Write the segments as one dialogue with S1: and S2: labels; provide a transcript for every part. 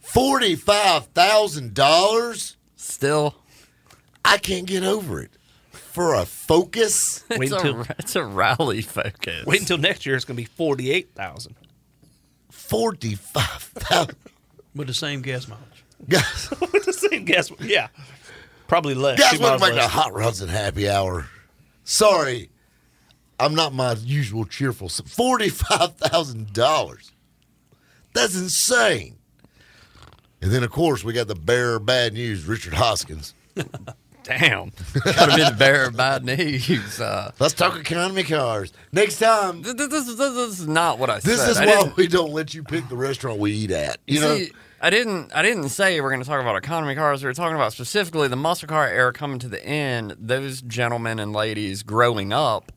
S1: $45,000?
S2: Still,
S1: I can't get over it. For a focus?
S2: it's,
S3: Wait until
S2: a, it's a rally focus.
S3: wait until next year. It's going to be forty eight thousand
S1: 45000
S3: with the same gas mileage.
S1: Guys,
S3: with the same gas, yeah, probably less.
S1: guys
S3: two
S1: want
S3: miles
S1: to make the
S3: less.
S1: hot rods and happy hour. Sorry, I'm not my usual cheerful. s- $45,000. That's insane. And then, of course, we got the bearer of bad news, Richard Hoskins.
S2: Damn. Could have been the bearer of bad news. Uh,
S1: Let's talk economy cars. Next time,
S2: th- th- this, this, this is not what I
S1: this
S2: said.
S1: is
S2: I
S1: why
S2: didn't-
S1: we don't let you pick the restaurant we eat at. You know,
S2: see, I didn't. I didn't say we're going to talk about economy cars. We were talking about specifically the muscle car era coming to the end. Those gentlemen and ladies growing up,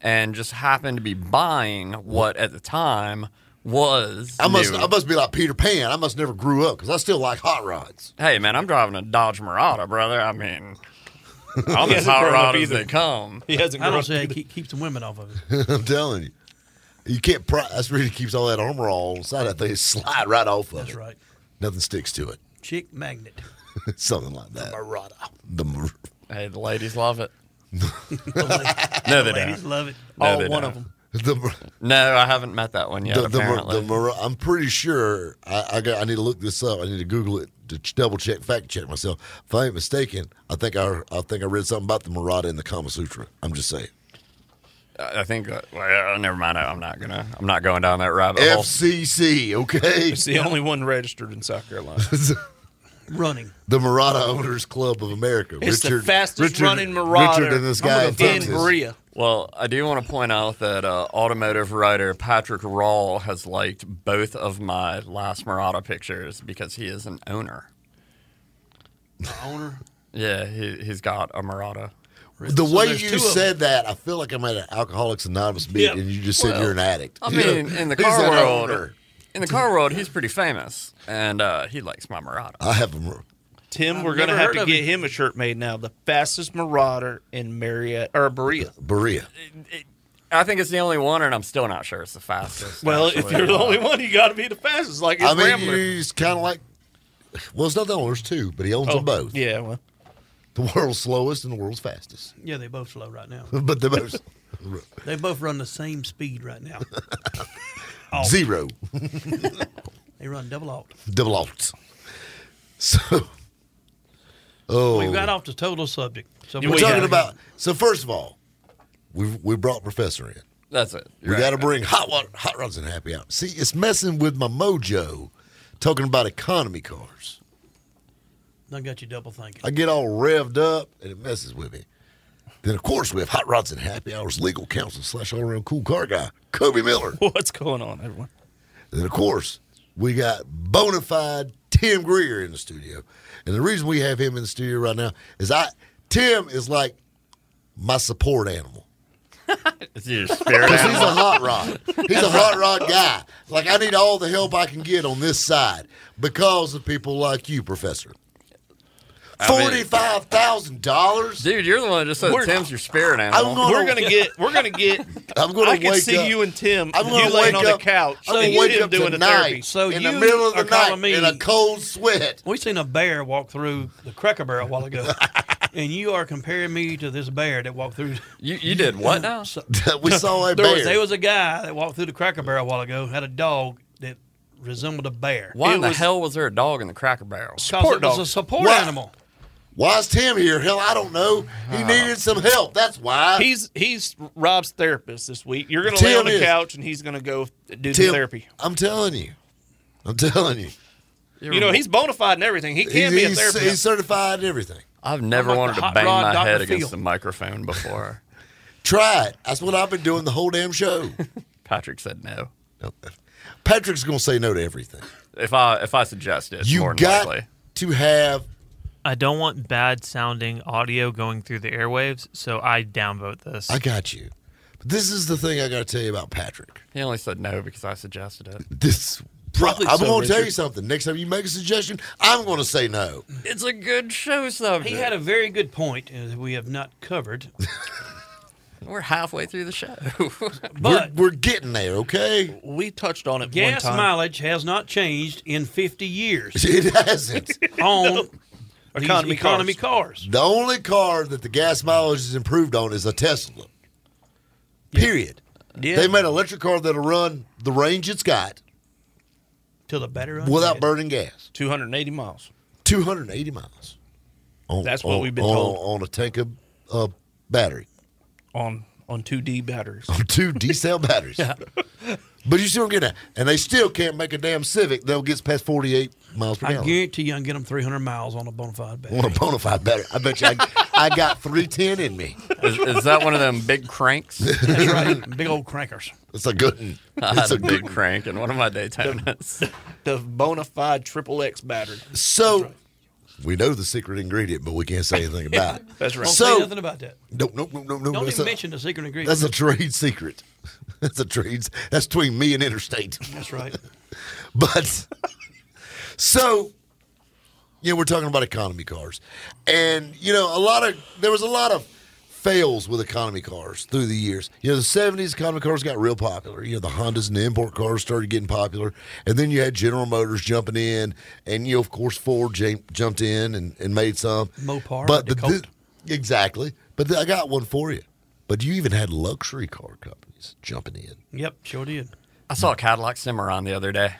S2: and just happened to be buying what at the time was.
S1: I must
S2: new.
S1: I must be like Peter Pan. I must never grew up because I still like hot rods.
S2: Hey man, I'm driving a Dodge Murata, brother. I mean, I'm
S3: He
S2: as
S3: hasn't
S2: hot
S3: grown up
S2: rod as
S3: either.
S2: they come.
S3: He hasn't.
S4: I
S3: grown
S4: don't
S3: up
S4: say it
S3: either.
S4: keep, keeps the women off of it.
S1: I'm telling you, you can't. Pry, that's really keeps all that armor all inside. That thing slide right off of
S4: That's
S1: it.
S4: right.
S1: Nothing sticks to it.
S4: Chick magnet.
S1: Something like that.
S4: Murata.
S1: The Mar-
S2: Hey, the ladies love it.
S4: no,
S2: No, they
S4: ladies
S2: don't.
S4: love it.
S2: No,
S4: All
S2: they
S4: one
S2: don't.
S4: of them.
S1: the Mar-
S2: No, I haven't met that one yet.
S1: the, the, Mar-
S2: apparently,
S1: the Mar- I'm pretty sure I, I got. I need to look this up. I need to Google it to ch- double check, fact check myself. If I ain't mistaken, I think I I think I read something about the Murata in the Kama Sutra. I'm just saying.
S2: I I think. uh, Well, never mind. I- I'm not gonna. I'm not going down that rabbit hole.
S1: FCC, okay.
S3: It's the only one registered in South Carolina.
S4: Running.
S1: the Murata Owners Club of America.
S3: It's the fastest running Marauder
S1: Richard and this guy in
S3: in
S1: Texas.
S3: Berea.
S2: Well, I do want to point out that uh, automotive writer Patrick Rawl has liked both of my last Murata pictures because he is an owner.
S4: Owner.
S2: Yeah, he, he's got a Murata.
S1: The way
S4: there's two
S1: you
S4: of 'em.
S1: said that, I feel like I'm at an Alcoholics Anonymous meeting,
S3: Yeah.
S1: and you just said you're an addict.
S2: I
S1: You
S2: mean,
S1: know,
S2: in the
S1: he's
S2: car
S1: an
S2: world,
S1: owner.
S2: in the car world, he's pretty famous, and uh, he likes my Murata.
S1: I have a Mur-
S3: Tim, we're
S4: I've
S3: gonna
S4: never
S3: have
S4: heard
S3: to
S4: of
S3: get
S4: it.
S3: him a shirt made now. The fastest marauder in Marietta or Berea.
S1: Berea.
S2: I think it's the only one, and I'm still not sure it's the fastest.
S3: Well, if
S2: actually.
S3: you're the only one, you got to be the fastest. Like it's
S1: I mean,
S3: Rambler.
S1: he's kind of like. Well, it's not the owners too, but he owns
S3: Oh,
S1: them both.
S3: Yeah, well,
S1: The world's slowest and the world's fastest,
S4: Yeah, they both slow right now.
S1: but the most
S4: They both run the same speed right now.
S3: Oh.
S1: zero
S4: They run double alt.
S1: double alt. So, oh,
S4: We've got off the total subject. So
S1: we're
S3: we
S1: talking
S3: have-
S1: about. So first of all, we we brought Professor in.
S2: that's it.
S1: We got to bring hot water, hot rods and happy hour. See, it's messing with my mojo talking about economy cars.
S4: I got you double thinking.
S1: I get all revved up and it messes with me. Then, of course, we have hot rods and happy hours legal counsel slash all around cool car guy, Kobe Miller.
S3: what's going on, everyone?
S1: Then, of course, we got bona fide Tim Greer in the studio. And the reason we have him in the studio right now is I, Tim is like my support animal.
S2: It's your spirit
S1: 'Cause he's
S2: animal.
S1: a hot rod. He's a hot rod guy. Like I need all the help I can get on this side because of people like you, Professor.
S2: mean-
S1: Forty five thousand dollars.
S2: Dude, you're the one that just said
S3: We're-
S2: Tim's your spirit
S1: I'm
S2: animal.
S1: gonna-
S3: We're gonna get. We're gonna get.
S1: I'm gonna
S3: I can
S1: wake
S3: see
S1: up-
S3: you and Tim.
S1: I'm gonna
S3: you laying
S1: wake
S3: on the
S1: up-
S3: couch.
S1: I'm gonna
S3: and
S1: wake
S3: Tim
S1: up
S3: doing the therapy.
S1: tonight
S4: So
S1: in the
S4: you
S1: middle of
S4: are
S1: the night
S4: calling me-
S1: in a cold sweat.
S4: We seen a bear walk through the Cracker Barrel a while ago, and you are comparing me to this bear that walked through.
S2: you, you did what now?
S1: we saw a
S4: There was, there
S1: bear.
S4: was a guy that walked through the Cracker Barrel a while ago, had a dog that resembled a bear.
S2: Why
S3: It
S2: in the
S3: was-
S2: hell was there a dog in the Cracker Barrel?
S4: Because
S3: Support
S4: it was
S3: dog.
S4: a support
S1: Why?
S4: animal.
S1: Why is Tim here? Hell, I don't know. He needed some help. That's why.
S3: Ah. He's he's Rob's therapist this week. You're gonna lay
S1: Tim
S3: on the
S1: is.
S3: couch and he's gonna go do the
S1: Tim,
S3: therapy.
S1: I'm telling you. I'm telling you.
S3: You know he's bona fide and everything. He can
S1: He's-
S3: be a
S1: he's,
S3: therapist.
S1: he's certified and everything.
S2: I've never
S4: like
S2: wanted
S4: the
S2: to
S4: hot
S2: bang
S4: rod
S2: my
S4: Dr.
S2: head against
S4: Phil.
S2: the microphone before.
S1: Try it. That's what I've been doing the whole damn show.
S2: Patrick said no.
S1: Patrick's gonna say no to everything.
S2: If I if I suggest it,
S1: you
S2: more than
S1: got
S2: likely.
S1: to have
S5: I don't want bad sounding audio going through the airwaves, so I downvote this.
S1: I got you. But this is the thing I got to tell you about Patrick.
S2: He only said no because I suggested it.
S1: This pro-
S3: Probably
S1: I'm
S3: so,
S1: going to tell
S3: Richard.
S1: you something. Next time you make a suggestion, I'm going to say no.
S2: It's a good show subject.
S4: He had a very good point uh, that we have not covered.
S2: We're halfway through the show.
S4: But
S1: we're, we're getting there, okay?
S3: We touched on it
S4: gas
S3: one time.
S4: mileage has not changed in 50 years
S1: It hasn't.
S4: on these
S3: Economy
S4: economy,
S3: cars.
S4: cars.
S1: the only car that the gas mileage is improved on is a Tesla. Period.
S3: Yeah.
S1: They made an electric car that'll run the range it's got
S4: To the better.
S1: without
S4: understanding.
S1: burning gas.
S3: 280 miles.
S1: 280 miles. On,
S3: That's what
S1: on-
S3: we've been
S1: on,
S3: told.
S1: On a tank of uh, battery.
S3: on on 2D batteries.
S1: two D cell batteries. But you still get that. And they still can't make a damn Civic that'll get past 48 miles per
S4: I
S1: gallon.
S4: guarantee you, I can get them 300 miles on a bona fide battery.
S1: On a bona fide battery. I bet you I, I got 310 in me.
S2: is, is that one of them big cranks?
S4: That's right. Big old crankers.
S1: It's a good one.
S2: I had
S1: It's
S2: a
S1: a good
S2: big crank in one of my Daytonas.
S3: The bona fide triple X battery.
S1: So we know the secret ingredient, but we can't say anything about it.
S3: That's right.
S4: Don't
S1: So-
S4: say nothing about that.
S1: Nope, nope, nope, nope, nope.
S4: Don't
S1: That's
S4: even
S1: a-
S4: mention the secret ingredient.
S1: That's a trade secret. That's a trade. That's between me and Interstate.
S4: That's right.
S1: But so, you know, we're talking about economy cars, and you know, a lot of there was a lot of fails with economy cars through the years. You know, the '70s economy cars got real popular. You know, the Hondas and the import cars started getting popular, and then you had General Motors jumping in, and you know, of course, Ford jam- jumped in and, and made some
S4: Mopar,
S1: the-
S4: Dakota.
S1: thi- exactly. But th- I got one for you. But you even had luxury car companies jumping in.
S4: Yep, sure did.
S2: I saw a Cadillac Cimarron the other day.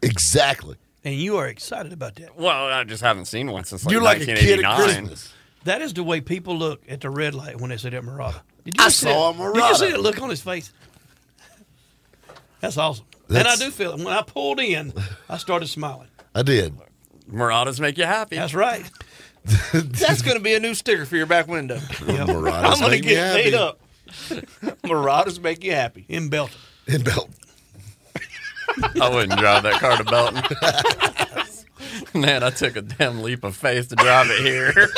S1: Exactly.
S4: And you are excited about that.
S2: Well, I just haven't seen one since like
S1: You're like a kid at
S2: 1989.
S1: Christmas.
S4: That is the way people look at the red light when they see that Murata. Did
S1: I
S4: see
S1: saw
S4: that-
S1: a Murata.
S4: Did you see that look on his face? That's awesome. and I
S1: That's-
S4: do feel it. When I pulled in, I started smiling.
S1: I did.
S2: Muratas make you happy.
S4: That's right.
S3: That's going to be a new sticker for your back window.
S1: Marauders
S3: I'm going to
S1: make me
S3: get
S1: happy.
S3: paid up. Marauders make you happy.
S4: In Belton.
S1: In Belton.
S2: I wouldn't drive that car to Belton. Man, I took a damn leap of faith to drive it here.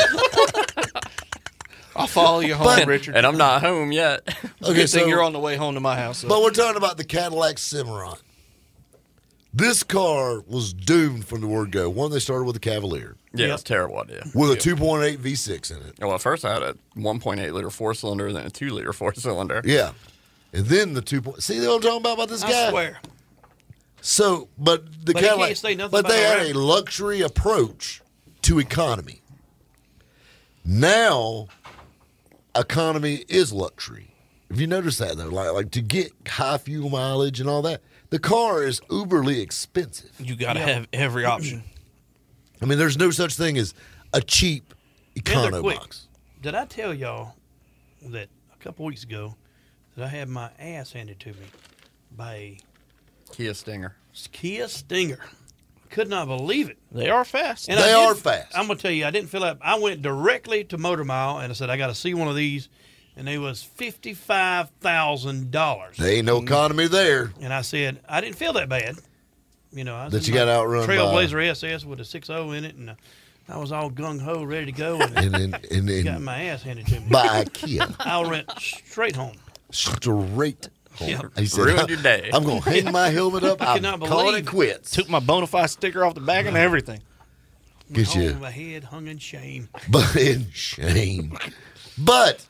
S3: I'll follow you home,
S1: But-
S3: Richard.
S2: and I'm not home yet.
S1: Okay,
S3: Good
S1: so
S3: thing you're on the way home to my house. though.
S1: But we're talking about the Cadillac Cimarron. This car was doomed from the word go. One, they started with a Cavalier
S2: Yeah,
S4: Yep.
S2: it's a terrible idea.
S1: with a 2.8 V6 in it.
S2: Well, at first I had a 1.8 liter four cylinder, then a two liter four cylinder.
S1: Yeah. And then the 2. Point, see what I'm talking about about this
S4: I
S1: guy?
S4: swear.
S1: So, but the
S4: But he
S1: Cadillac,
S4: can't say nothing
S1: but
S4: about
S1: they
S4: the
S1: had
S4: Ram.
S1: a luxury approach to economy. Now, economy is luxury. If you notice that though, like like to get high fuel mileage and all that, the car is uberly expensive.
S3: you got to have every option.
S1: I mean, there's no such thing as a cheap
S4: And they're
S1: econo
S4: quick.
S1: box.
S4: Did I tell y'all that a couple weeks ago that I had my ass handed to me by a
S2: Kia Stinger.
S4: Kia Stinger? Could not believe it.
S3: They are fast.
S4: And
S1: They
S4: did-
S1: are fast.
S4: I'm gonna tell you, I didn't fill up. I went directly to Motor Mile and I said I got to see one of these, and they was fifty five thousand dollars.
S1: There ain't no economy there.
S4: And I said I didn't feel that bad. You know, I was
S1: That
S4: in
S1: you
S4: my
S1: got outrun by-
S4: Trailblazer SS with a 6.0 in it, and uh, I was all gung ho, ready to go, and
S1: And then and
S4: got
S1: then
S4: my ass handed to me.
S1: by IKEA
S4: I went straight home.
S1: straight. home.
S4: Yeah.
S1: He said,
S2: Ruined your day.
S1: I'm gonna hang my helmet up. I'm
S4: cannot
S1: calling
S4: believe-
S1: it quits.
S3: Took my bona fide sticker off the back and everything.
S1: Get
S4: home,
S1: you.
S4: My head hung in shame.
S1: but in shame. But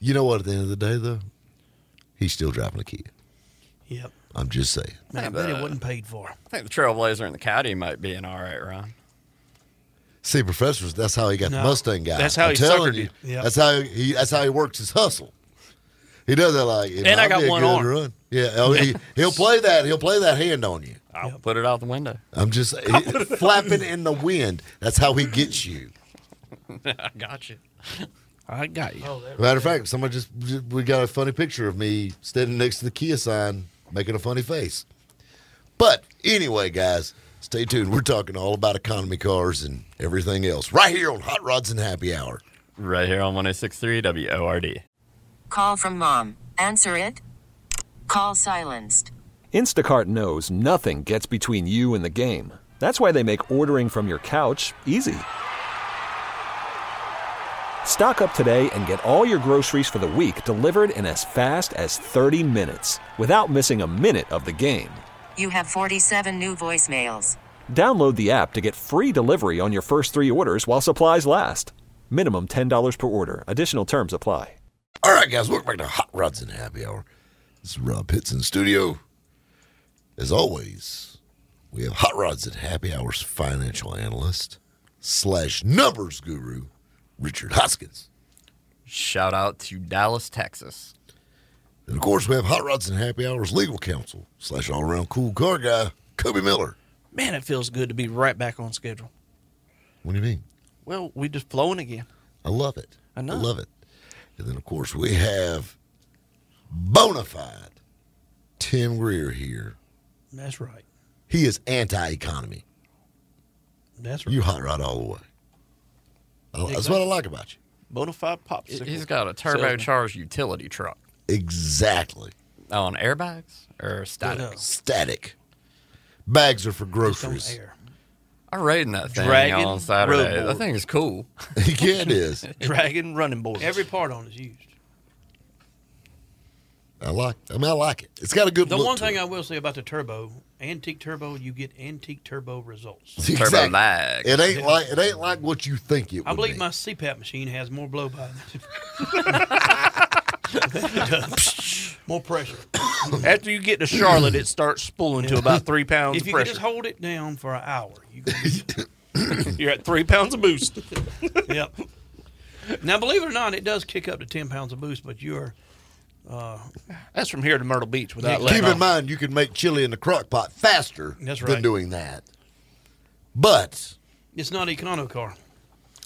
S1: you know what? At the end of the day, though, he's still driving a Kia.
S4: Yep.
S1: I'm just saying.
S4: Man, I bet it wasn't paid for.
S2: I think the Trailblazer and the Caddy might be an all right run.
S1: See, professors, that's how he got
S4: No.
S1: the Mustang guy.
S3: That's how
S1: I'm
S3: he
S1: telling
S3: suckered
S1: you.
S4: you. Yep.
S1: That's how he. That's how he works his hustle. He does that like. It
S3: And I
S1: might
S3: got
S1: be a
S3: one
S1: good
S3: arm.
S1: Run. Yeah, oh, he, he'll play that. He'll play that hand on you.
S2: I'll put it out the window.
S1: I'm just he- flapping in the wind. That's how he gets you.
S2: I got you.
S3: I got you.
S4: Oh, that
S1: Matter of fact, someone just we got a funny picture of me standing next to the Kia sign, making a funny face. But anyway, guys, stay tuned. We're talking all about economy cars and everything else right here on Hot Rods and Happy Hour.
S2: Right here on 1063 WORD.
S6: Call from mom. Answer it. Call silenced.
S7: Instacart knows nothing gets between you and the game. That's why they make ordering from your couch easy. Stock up today and get all your groceries for the week delivered in as fast as 30 minutes without missing a minute of the game.
S6: You have 47 new voicemails.
S7: Download the app to get free delivery on your first three orders while supplies last. Minimum $10 per order. Additional terms apply.
S1: All right, guys, welcome back to Hot Rods and Happy Hour. This is Rob Pitts in the studio. As always, we have Hot Rods and Happy Hours financial analyst slash numbers guru, Richard Hoskins.
S2: Shout out to Dallas, Texas.
S1: And of course, we have Hot Rods and Happy Hours legal counsel slash all around cool car guy, Kobe Miller.
S3: Man, it feels good to be right back on schedule.
S1: What do you mean?
S3: Well, we just flowing again.
S1: I love it.
S3: I know.
S1: love it. And then, of course, we have bona fide Tim Greer here.
S4: That's right.
S1: He is anti economy.
S4: That's right.
S1: You hot rod all the way. I- That's what I like about you.
S3: Bonafide popsicle.
S2: He's got a
S3: salesman.
S2: turbocharged utility truck
S1: Exactly.
S2: on airbags or static.
S4: No.
S1: Static. Bags are for
S4: It's on
S1: groceries.
S4: air.
S2: I rode in that thing
S3: Dragon
S2: on Saturday.
S3: roadboard.
S2: That thing is cool.
S1: yeah, it is.
S3: Dragon running board.
S4: Every part on it is used.
S1: I like. I mean, I like it. It's got a good.
S4: The
S1: look
S4: one
S1: to
S4: thing
S1: it.
S4: I will say about the turbo, antique turbo, you get antique turbo results.
S1: Exactly.
S2: Turbo lag.
S1: It ain't like it ain't like what you think it.
S4: I
S1: would
S4: believe
S1: be.
S4: my CPAP machine has more blow by, more pressure.
S3: After you get to Charlotte, it starts spooling to about three pounds
S4: If
S3: of
S4: you can
S3: pressure.
S4: just hold it down for an hour, you can
S3: You're at three pounds of boost.
S4: yep. Now, believe it or not, it does kick up to ten pounds of boost, but you're
S3: That's from here to Myrtle Beach without
S1: Keep
S3: letting
S1: in
S3: off.
S1: mind, you can make chili in the crock pot faster
S4: That's
S1: than
S4: right.
S1: doing that. But
S4: it's not econo car.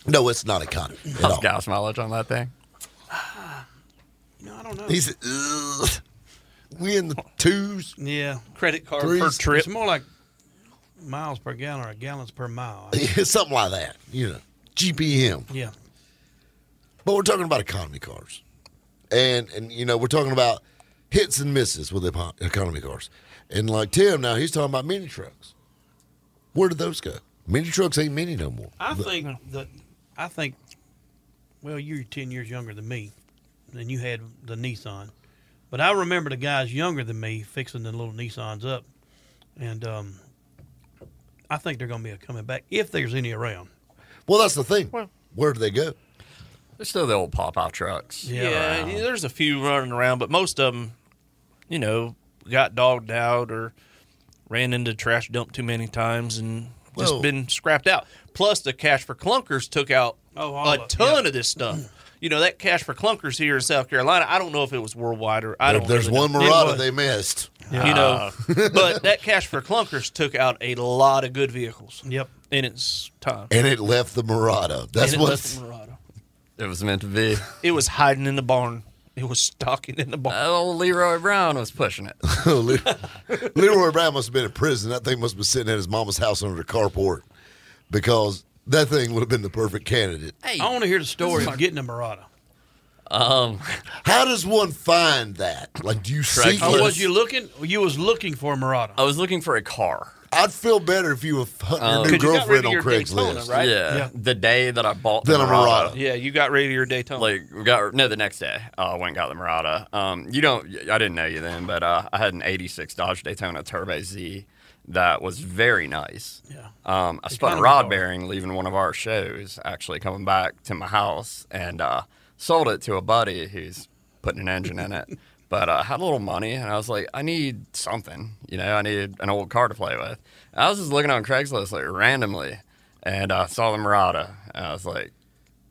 S1: no, it's not economy at
S2: How's
S1: all.
S2: gas mileage on that thing?
S4: No, I don't know.
S1: He's Ugh. we in the twos.
S4: yeah,
S3: credit card
S1: Three-
S3: per trip.
S4: it's more like miles per gallon or gallons per mile.
S1: something like that. You know, GPM.
S4: yeah,
S1: But we're talking about economy cars, and and you know we're talking about hits and misses with epo- economy cars, and like Tim now he's talking about mini trucks. Where did those go? Mini trucks ain't mini no more.
S4: I think that I think. Well, you're ten years younger than me, and you had the Nissan, but I remember the guys younger than me fixing the little Nissans up, and um, I think they're going to be coming back if there's any around.
S1: Well, that's the thing. Where do they go?
S2: They're still the old pop out trucks.
S3: Yeah, yeah, there's a few running around, but most of them, you know, got dogged out or ran into trash dump too many times and
S1: Whoa.
S3: just been scrapped out. Plus, the cash for clunkers took out
S4: Oh, all
S3: a
S4: of it,
S3: ton of this stuff. You know, that cash for clunkers here in South Carolina. I don't know if it was worldwide or I don't.
S1: There's
S3: really know.
S1: one Murata they missed.
S3: you know, but that cash for clunkers took out a lot of good vehicles
S4: Yep.
S3: in its time.
S1: And it left the Murata. That's
S3: And it, left
S1: what.
S3: the Murata.
S2: It was meant to be.
S3: it was hiding in the barn. It was stalking in the barn.
S2: old Leroy Brown was pushing it.
S1: Le- Leroy Brown must have been in prison. That thing must have been sitting at his mama's house under the carport because that thing would have been the perfect candidate.
S2: Hey,
S4: I want to hear the story of getting a Murata.
S1: How does one find that? Like, do you seek
S4: Oh,
S1: it?
S4: was you looking? You was looking for a Murata.
S2: I was looking for a car.
S1: I'd feel better if you were hunting your new
S3: Because Uh, you got rid
S1: girlfriend
S3: of
S1: on
S3: your Daytona,
S1: Craigslist.
S3: right?
S2: Yeah,
S4: Yeah.
S2: the day that I bought the
S1: Then a Murata.
S4: Oh.
S2: Murata.
S3: Yeah, you got rid of your Daytona.
S2: Like we got no the next day. I went and got the Murata. Um, you don't. I didn't know you then, but uh, I had an '86 Dodge Daytona Turbo Z that was very nice.
S4: Yeah.
S2: Um, I spun a
S4: kind of a
S2: rod
S4: car.
S2: bearing leaving one of our shows. Actually, coming back to my house and uh, sold it to a buddy who's putting an engine in it. But uh, I had a little money, and I was like, I need something. You know, I needed an old car to play with. And I was just looking on Craigslist like randomly, and I saw the Murata. And I was like,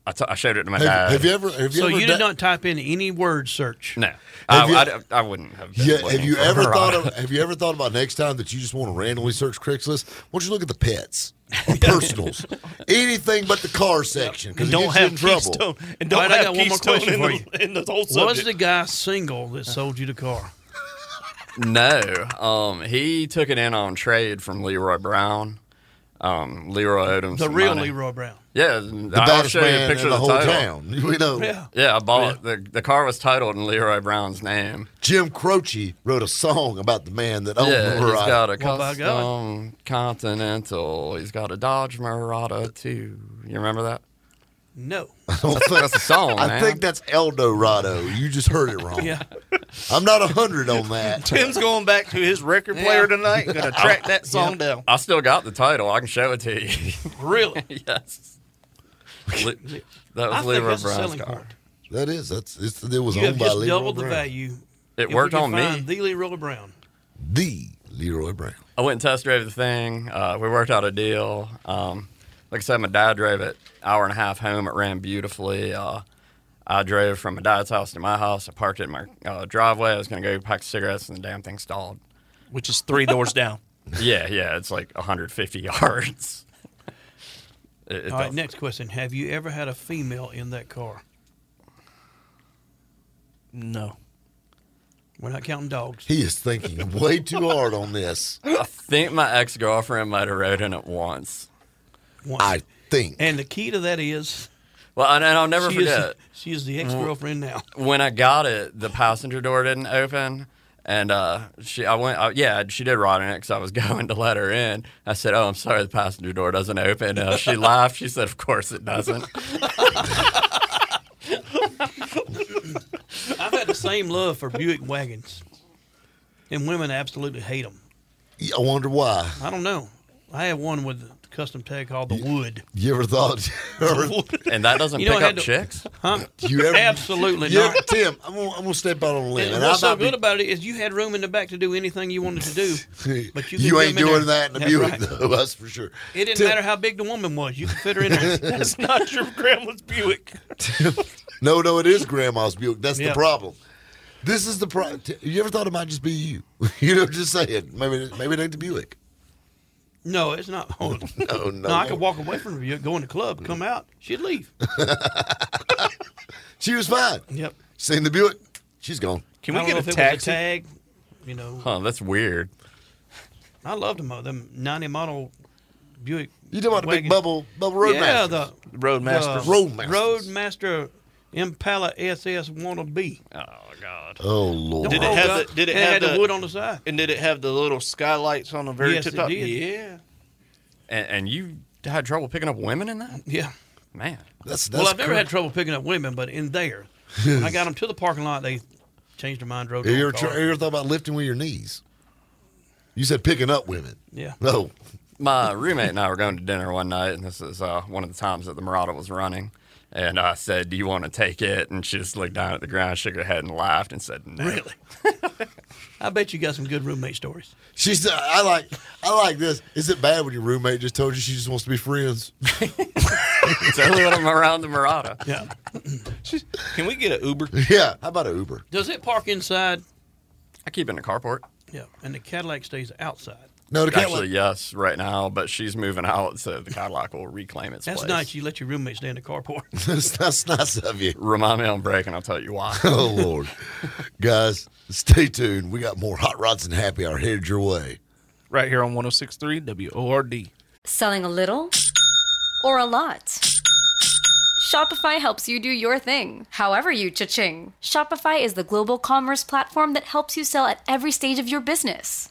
S2: I, t- I showed it to my
S1: Have,
S2: dad.
S1: have you ever? Have you
S4: so
S1: ever?
S4: you
S1: done-
S4: did not type in any word search.
S2: No, I,
S1: you-
S2: I, I wouldn't have. Been
S1: Yeah,
S2: looking
S1: have you
S2: for
S1: ever
S2: Murata.
S1: thought of have you ever thought about next time that you just want to randomly search Craigslist? Why don't you look at the pets or personals, anything but the car section because
S3: don't
S1: you
S3: have
S1: in trouble.
S3: Keystone, and don't
S4: All right, I
S3: have
S4: got one more
S3: Keystone
S4: question
S3: in
S4: for
S3: the, in the whole subject.
S4: Was the guy single that sold you the car?
S2: No, um, he took it in on trade from Leroy Brown. um, Leroy Odom's
S4: The real
S2: money.
S4: Leroy Brown.
S2: Yeah,
S1: The
S2: I'll
S1: baddest
S2: show you a
S1: man
S2: picture
S1: in the
S2: of
S1: whole
S2: title.
S1: town. We know.
S4: Yeah.
S2: Yeah, I bought the the car was titled in Leroy Brown's name.
S1: Jim Croce wrote a song about the man that owned
S2: yeah,
S1: the
S2: he's got a
S4: Well, by
S2: custom Continental. He's got a Dodge Murata too. You remember that?
S4: No.
S2: That's a song,
S1: I
S2: man.
S1: think that's El Dorado. You just heard it wrong.
S4: Yeah.
S1: I'm not a hundred on that.
S3: Tim's going back to his record player
S2: Yeah.
S3: tonight. Going to track that song down.
S2: I still got the title. I can show it to you.
S4: Really?
S2: yes. Le- that
S4: I
S2: was
S4: think
S2: Leroy
S4: that's
S2: Brown's
S4: a selling
S2: car.
S4: point.
S1: That is. That's it's, it was
S4: You
S1: owned
S4: have
S1: by
S4: just
S1: Leroy
S4: doubled the
S1: Brown.
S4: value.
S2: It
S4: If we
S2: worked
S4: can
S2: on me.
S4: find The Leroy Brown.
S1: The Leroy Brown.
S2: I went and test drove the thing. Uh, we worked out a deal. Um, like I said, my dad drove it hour and a half home. It ran beautifully. Uh, I drove from my dad's house to my house. I parked it in my uh, driveway. I was going to go pack cigarettes, and the damn thing stalled.
S3: which is three doors down.
S2: yeah, yeah, it's like 150 yards. It, it
S4: All right,
S2: does-
S4: next question. Have you ever had a female in that car?
S3: No.
S4: We're not counting dogs.
S1: He is thinking way too hard on this.
S2: I think my ex girlfriend might have rode in it once.
S4: One.
S1: I think.
S4: and the key to that is
S2: Well, and, and I'll never
S4: she
S2: forget.
S4: is, she is the ex girlfriend now.
S2: when I got it, the passenger door didn't open, and uh, she I went I, yeah she did ride in it because I was going to let her in. I said, "Oh, I'm sorry, the passenger door doesn't open." Uh, she laughed. She said, "Of course it doesn't."
S4: I've had the same love for Buick wagons, and women absolutely hate them.
S1: I wonder why.
S4: I don't know. I had one with the custom tag called the Wood.
S1: You ever thought? Or,
S2: And that doesn't
S4: You know,
S2: pick
S4: I
S2: up
S4: had to-
S2: chicks.
S4: Huh?
S1: you ever?
S4: Absolutely
S1: You
S4: not.
S1: ever- Tim, I'm gonna, I'm gonna step out on a limb.
S4: And
S1: And
S4: what's
S1: I
S4: so
S1: might be-
S4: good about it is you had room in the back to do anything you wanted to do. But you, could
S1: you
S4: get
S1: ain't
S4: them in
S1: doing that
S4: there.
S1: in the
S4: That's
S1: Buick
S4: right.
S1: though. That's for sure.
S4: It didn't
S1: Tim-
S4: matter how big the woman was. You could fit her in there.
S3: That's not your grandma's Buick.
S1: No, no, it is Grandma's Buick. That's
S4: Yeah.
S1: the problem. This is the problem. You ever thought it might just be you? you know, just saying. Maybe, maybe it ain't the Buick.
S4: no, it's not. Oh,
S1: No, Mm. no.
S4: no, I could walk away from her, go in the club, come out, she'd leave.
S1: She was fine.
S4: Yep.
S1: Seen the Buick. She's gone.
S3: Can
S4: I
S3: we
S4: don't
S3: get
S4: know
S3: a
S4: if it was
S3: taxi?
S4: tag, you know,
S2: Huh? That's weird.
S4: I loved them. uh, Them ninety model Buick.
S1: You talking about the big
S4: wagon.
S1: bubble, bubble road
S4: yeah,
S1: Masters.
S4: the
S3: Roadmaster.
S1: Ro- Roadmasters.
S4: Roadmaster Impala SS wannabe.
S2: Oh God.
S1: oh Lord.
S3: Did it
S4: Oh,
S3: have
S4: God.
S3: the- did it
S4: And
S3: have
S4: had the
S3: the-
S4: wood on the side?
S3: and did it have the little skylights on the very
S4: Yes,
S3: tip
S4: it
S3: top?
S4: did.
S3: Yeah.
S2: And, and you had trouble picking up women in that?
S4: Yeah.
S2: Man.
S1: That's, that's
S4: well, I've never had
S1: correct.
S4: trouble picking up women, but in there, when I got them to the parking lot. They changed their mind. Drove.
S1: You
S4: their
S1: ever,
S4: car.
S1: tr- you ever thought about lifting with your knees? You said picking up women.
S4: Yeah.
S1: No.
S2: my roommate and I were going to dinner one night, and this is uh, one of the times that the Murata was running. And I said, "Do you want to take it?" And she just looked down at the ground, shook her head, and laughed, and said, "No."
S4: Really? I bet you got some good roommate stories.
S1: She said, uh, "I like, I like this. Is it bad when your roommate just told you she just wants to be friends?"
S2: It's only when I'm around the Murata.
S4: Yeah.
S3: Can we get an Uber?
S1: yeah. How about an Uber?
S4: Does it park inside?
S2: I keep it in the carport.
S4: Yeah. And the Cadillac stays outside.
S1: No, the cat.
S2: Actually, yes, right now, but she's moving out, so the Cadillac will reclaim its
S4: That's
S2: place.
S4: nice. You let your roommate stay in the carport.
S1: that's, that's nice of you.
S2: Remind me on break, and I'll tell you why.
S1: Oh Lord, guys, stay tuned. We got more hot rods and happy hour headed your way.
S3: Right here on 1063 WORD.
S8: Selling a little or a lot? Shopify helps you do your thing, however you cha-ching. Shopify is the global commerce platform that helps you sell at every stage of your business.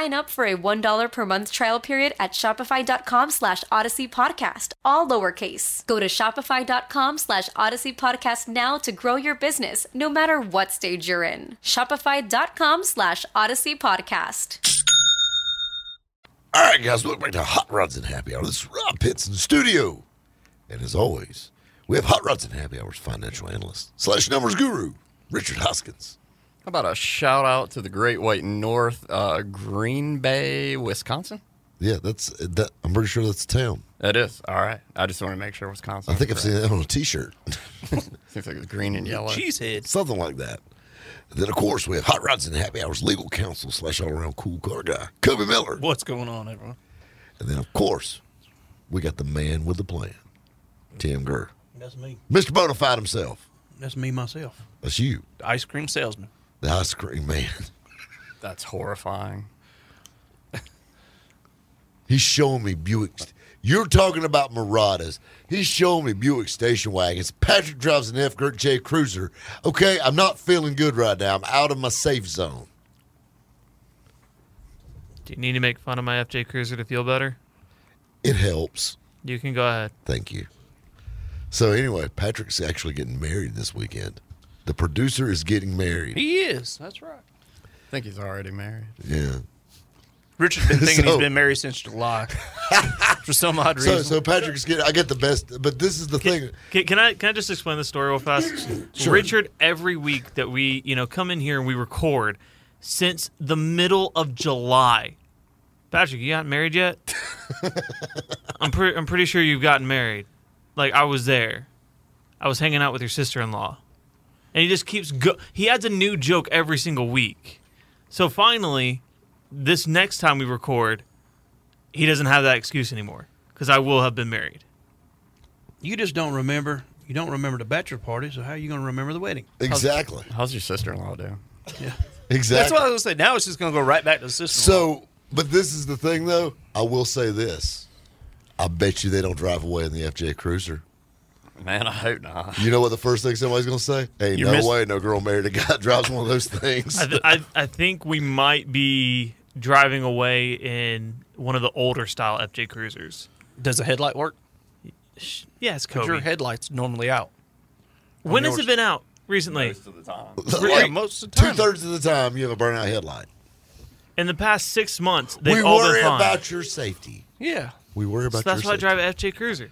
S8: up for a $1 per month trial period at at shopify.com slash odyssey podcast, all lowercase. Go to shopify.com slash odyssey podcast now to grow your business, no matter what stage you're in. Shopify.com slash odyssey podcast.
S1: All right, guys, welcome back to Hot Rods and Happy Hour. This is Rob Pitts in studio. And as always, we have Hot Rods and Happy Hours financial analyst slash numbers guru, Richard Hoskins.
S2: How about a shout out to the Great White North, uh, Green Bay, Wisconsin?
S1: Yeah, that's that. I'm pretty sure that's a town.
S2: It is. All right. I just want to make sure Wisconsin.
S1: I think I've
S2: was
S1: seen that on a T-shirt,
S2: correct. Seems like it's green and yellow.
S3: Cheeseheads.
S1: something like that. And then, of course, we have Hot Rods and Happy Hours legal counsel slash all around cool car guy, Kobe Miller.
S3: What's going on, everyone?
S1: And then, of course, we got the man with the plan, Tim Gurr,
S4: That's me.
S1: Mr. Bonafide himself.
S4: That's me myself.
S1: That's you,
S3: Ice cream salesman.
S1: the ice cream man.
S2: That's horrifying.
S1: He's showing me Buick. You're talking about Maradas. He's showing me Buick station wagons. Patrick drives an F. Gert J. Cruiser. Okay, I'm not feeling good right now. I'm out of my safe zone.
S5: Do you need to make fun of my FJ Cruiser to feel better?
S1: It helps.
S5: You can go ahead.
S1: Thank you. So anyway, Patrick's actually getting married this weekend. The producer is getting married.
S3: He is. That's right.
S2: I think he's already married.
S1: Yeah.
S3: Richard's been thinking
S1: So-
S3: he's been married since July. For some odd reason.
S1: So so Patrick's getting. I get the best, but this is the thing.
S5: Can, can I can I just explain the story real fast? Richard, every week that we you know come in here and we record, since the middle of July. Patrick, you got married yet? I'm pretty I'm pretty sure you've gotten married. Like I was there, I was hanging out with your sister-in-law, and he just keeps go. He adds a new joke every single week. So finally, this next time we record, he doesn't have that excuse anymore because I will have been married.
S4: You just don't remember. You don't remember the bachelor party, so how are you going to remember the wedding?
S1: Exactly.
S2: How's your sister in law doing?
S3: That's
S1: Exactly.
S3: what I was going to say. Now it's just going to go right back to the system.
S1: So, but this is the thing, though. I will say this. I bet you they don't drive away in the FJ Cruiser.
S2: Man, I hope not.
S1: You know what the first thing somebody's gonna say? Hey,
S3: You
S1: no
S3: missed-
S1: way, no girl married a guy that drives one of those things.
S5: I, th- I, I think we might be driving away in one of the older style FJ Cruisers.
S3: does the headlight work?
S5: Yeah, it's
S3: Your
S5: Kobe.
S3: headlight's normally out.
S5: When has it been out recently?
S2: Most of the time.
S3: Yeah, most of the
S1: Two
S3: time.
S1: thirds of the time, you have a burnout headlight.
S5: In the past six months, they've
S1: We
S5: all
S1: worry
S5: been fine.
S1: about your safety.
S3: Yeah.
S1: We worry
S5: so
S1: about
S5: that's
S1: your
S5: why
S1: safety.
S5: I drive an FJ Cruiser.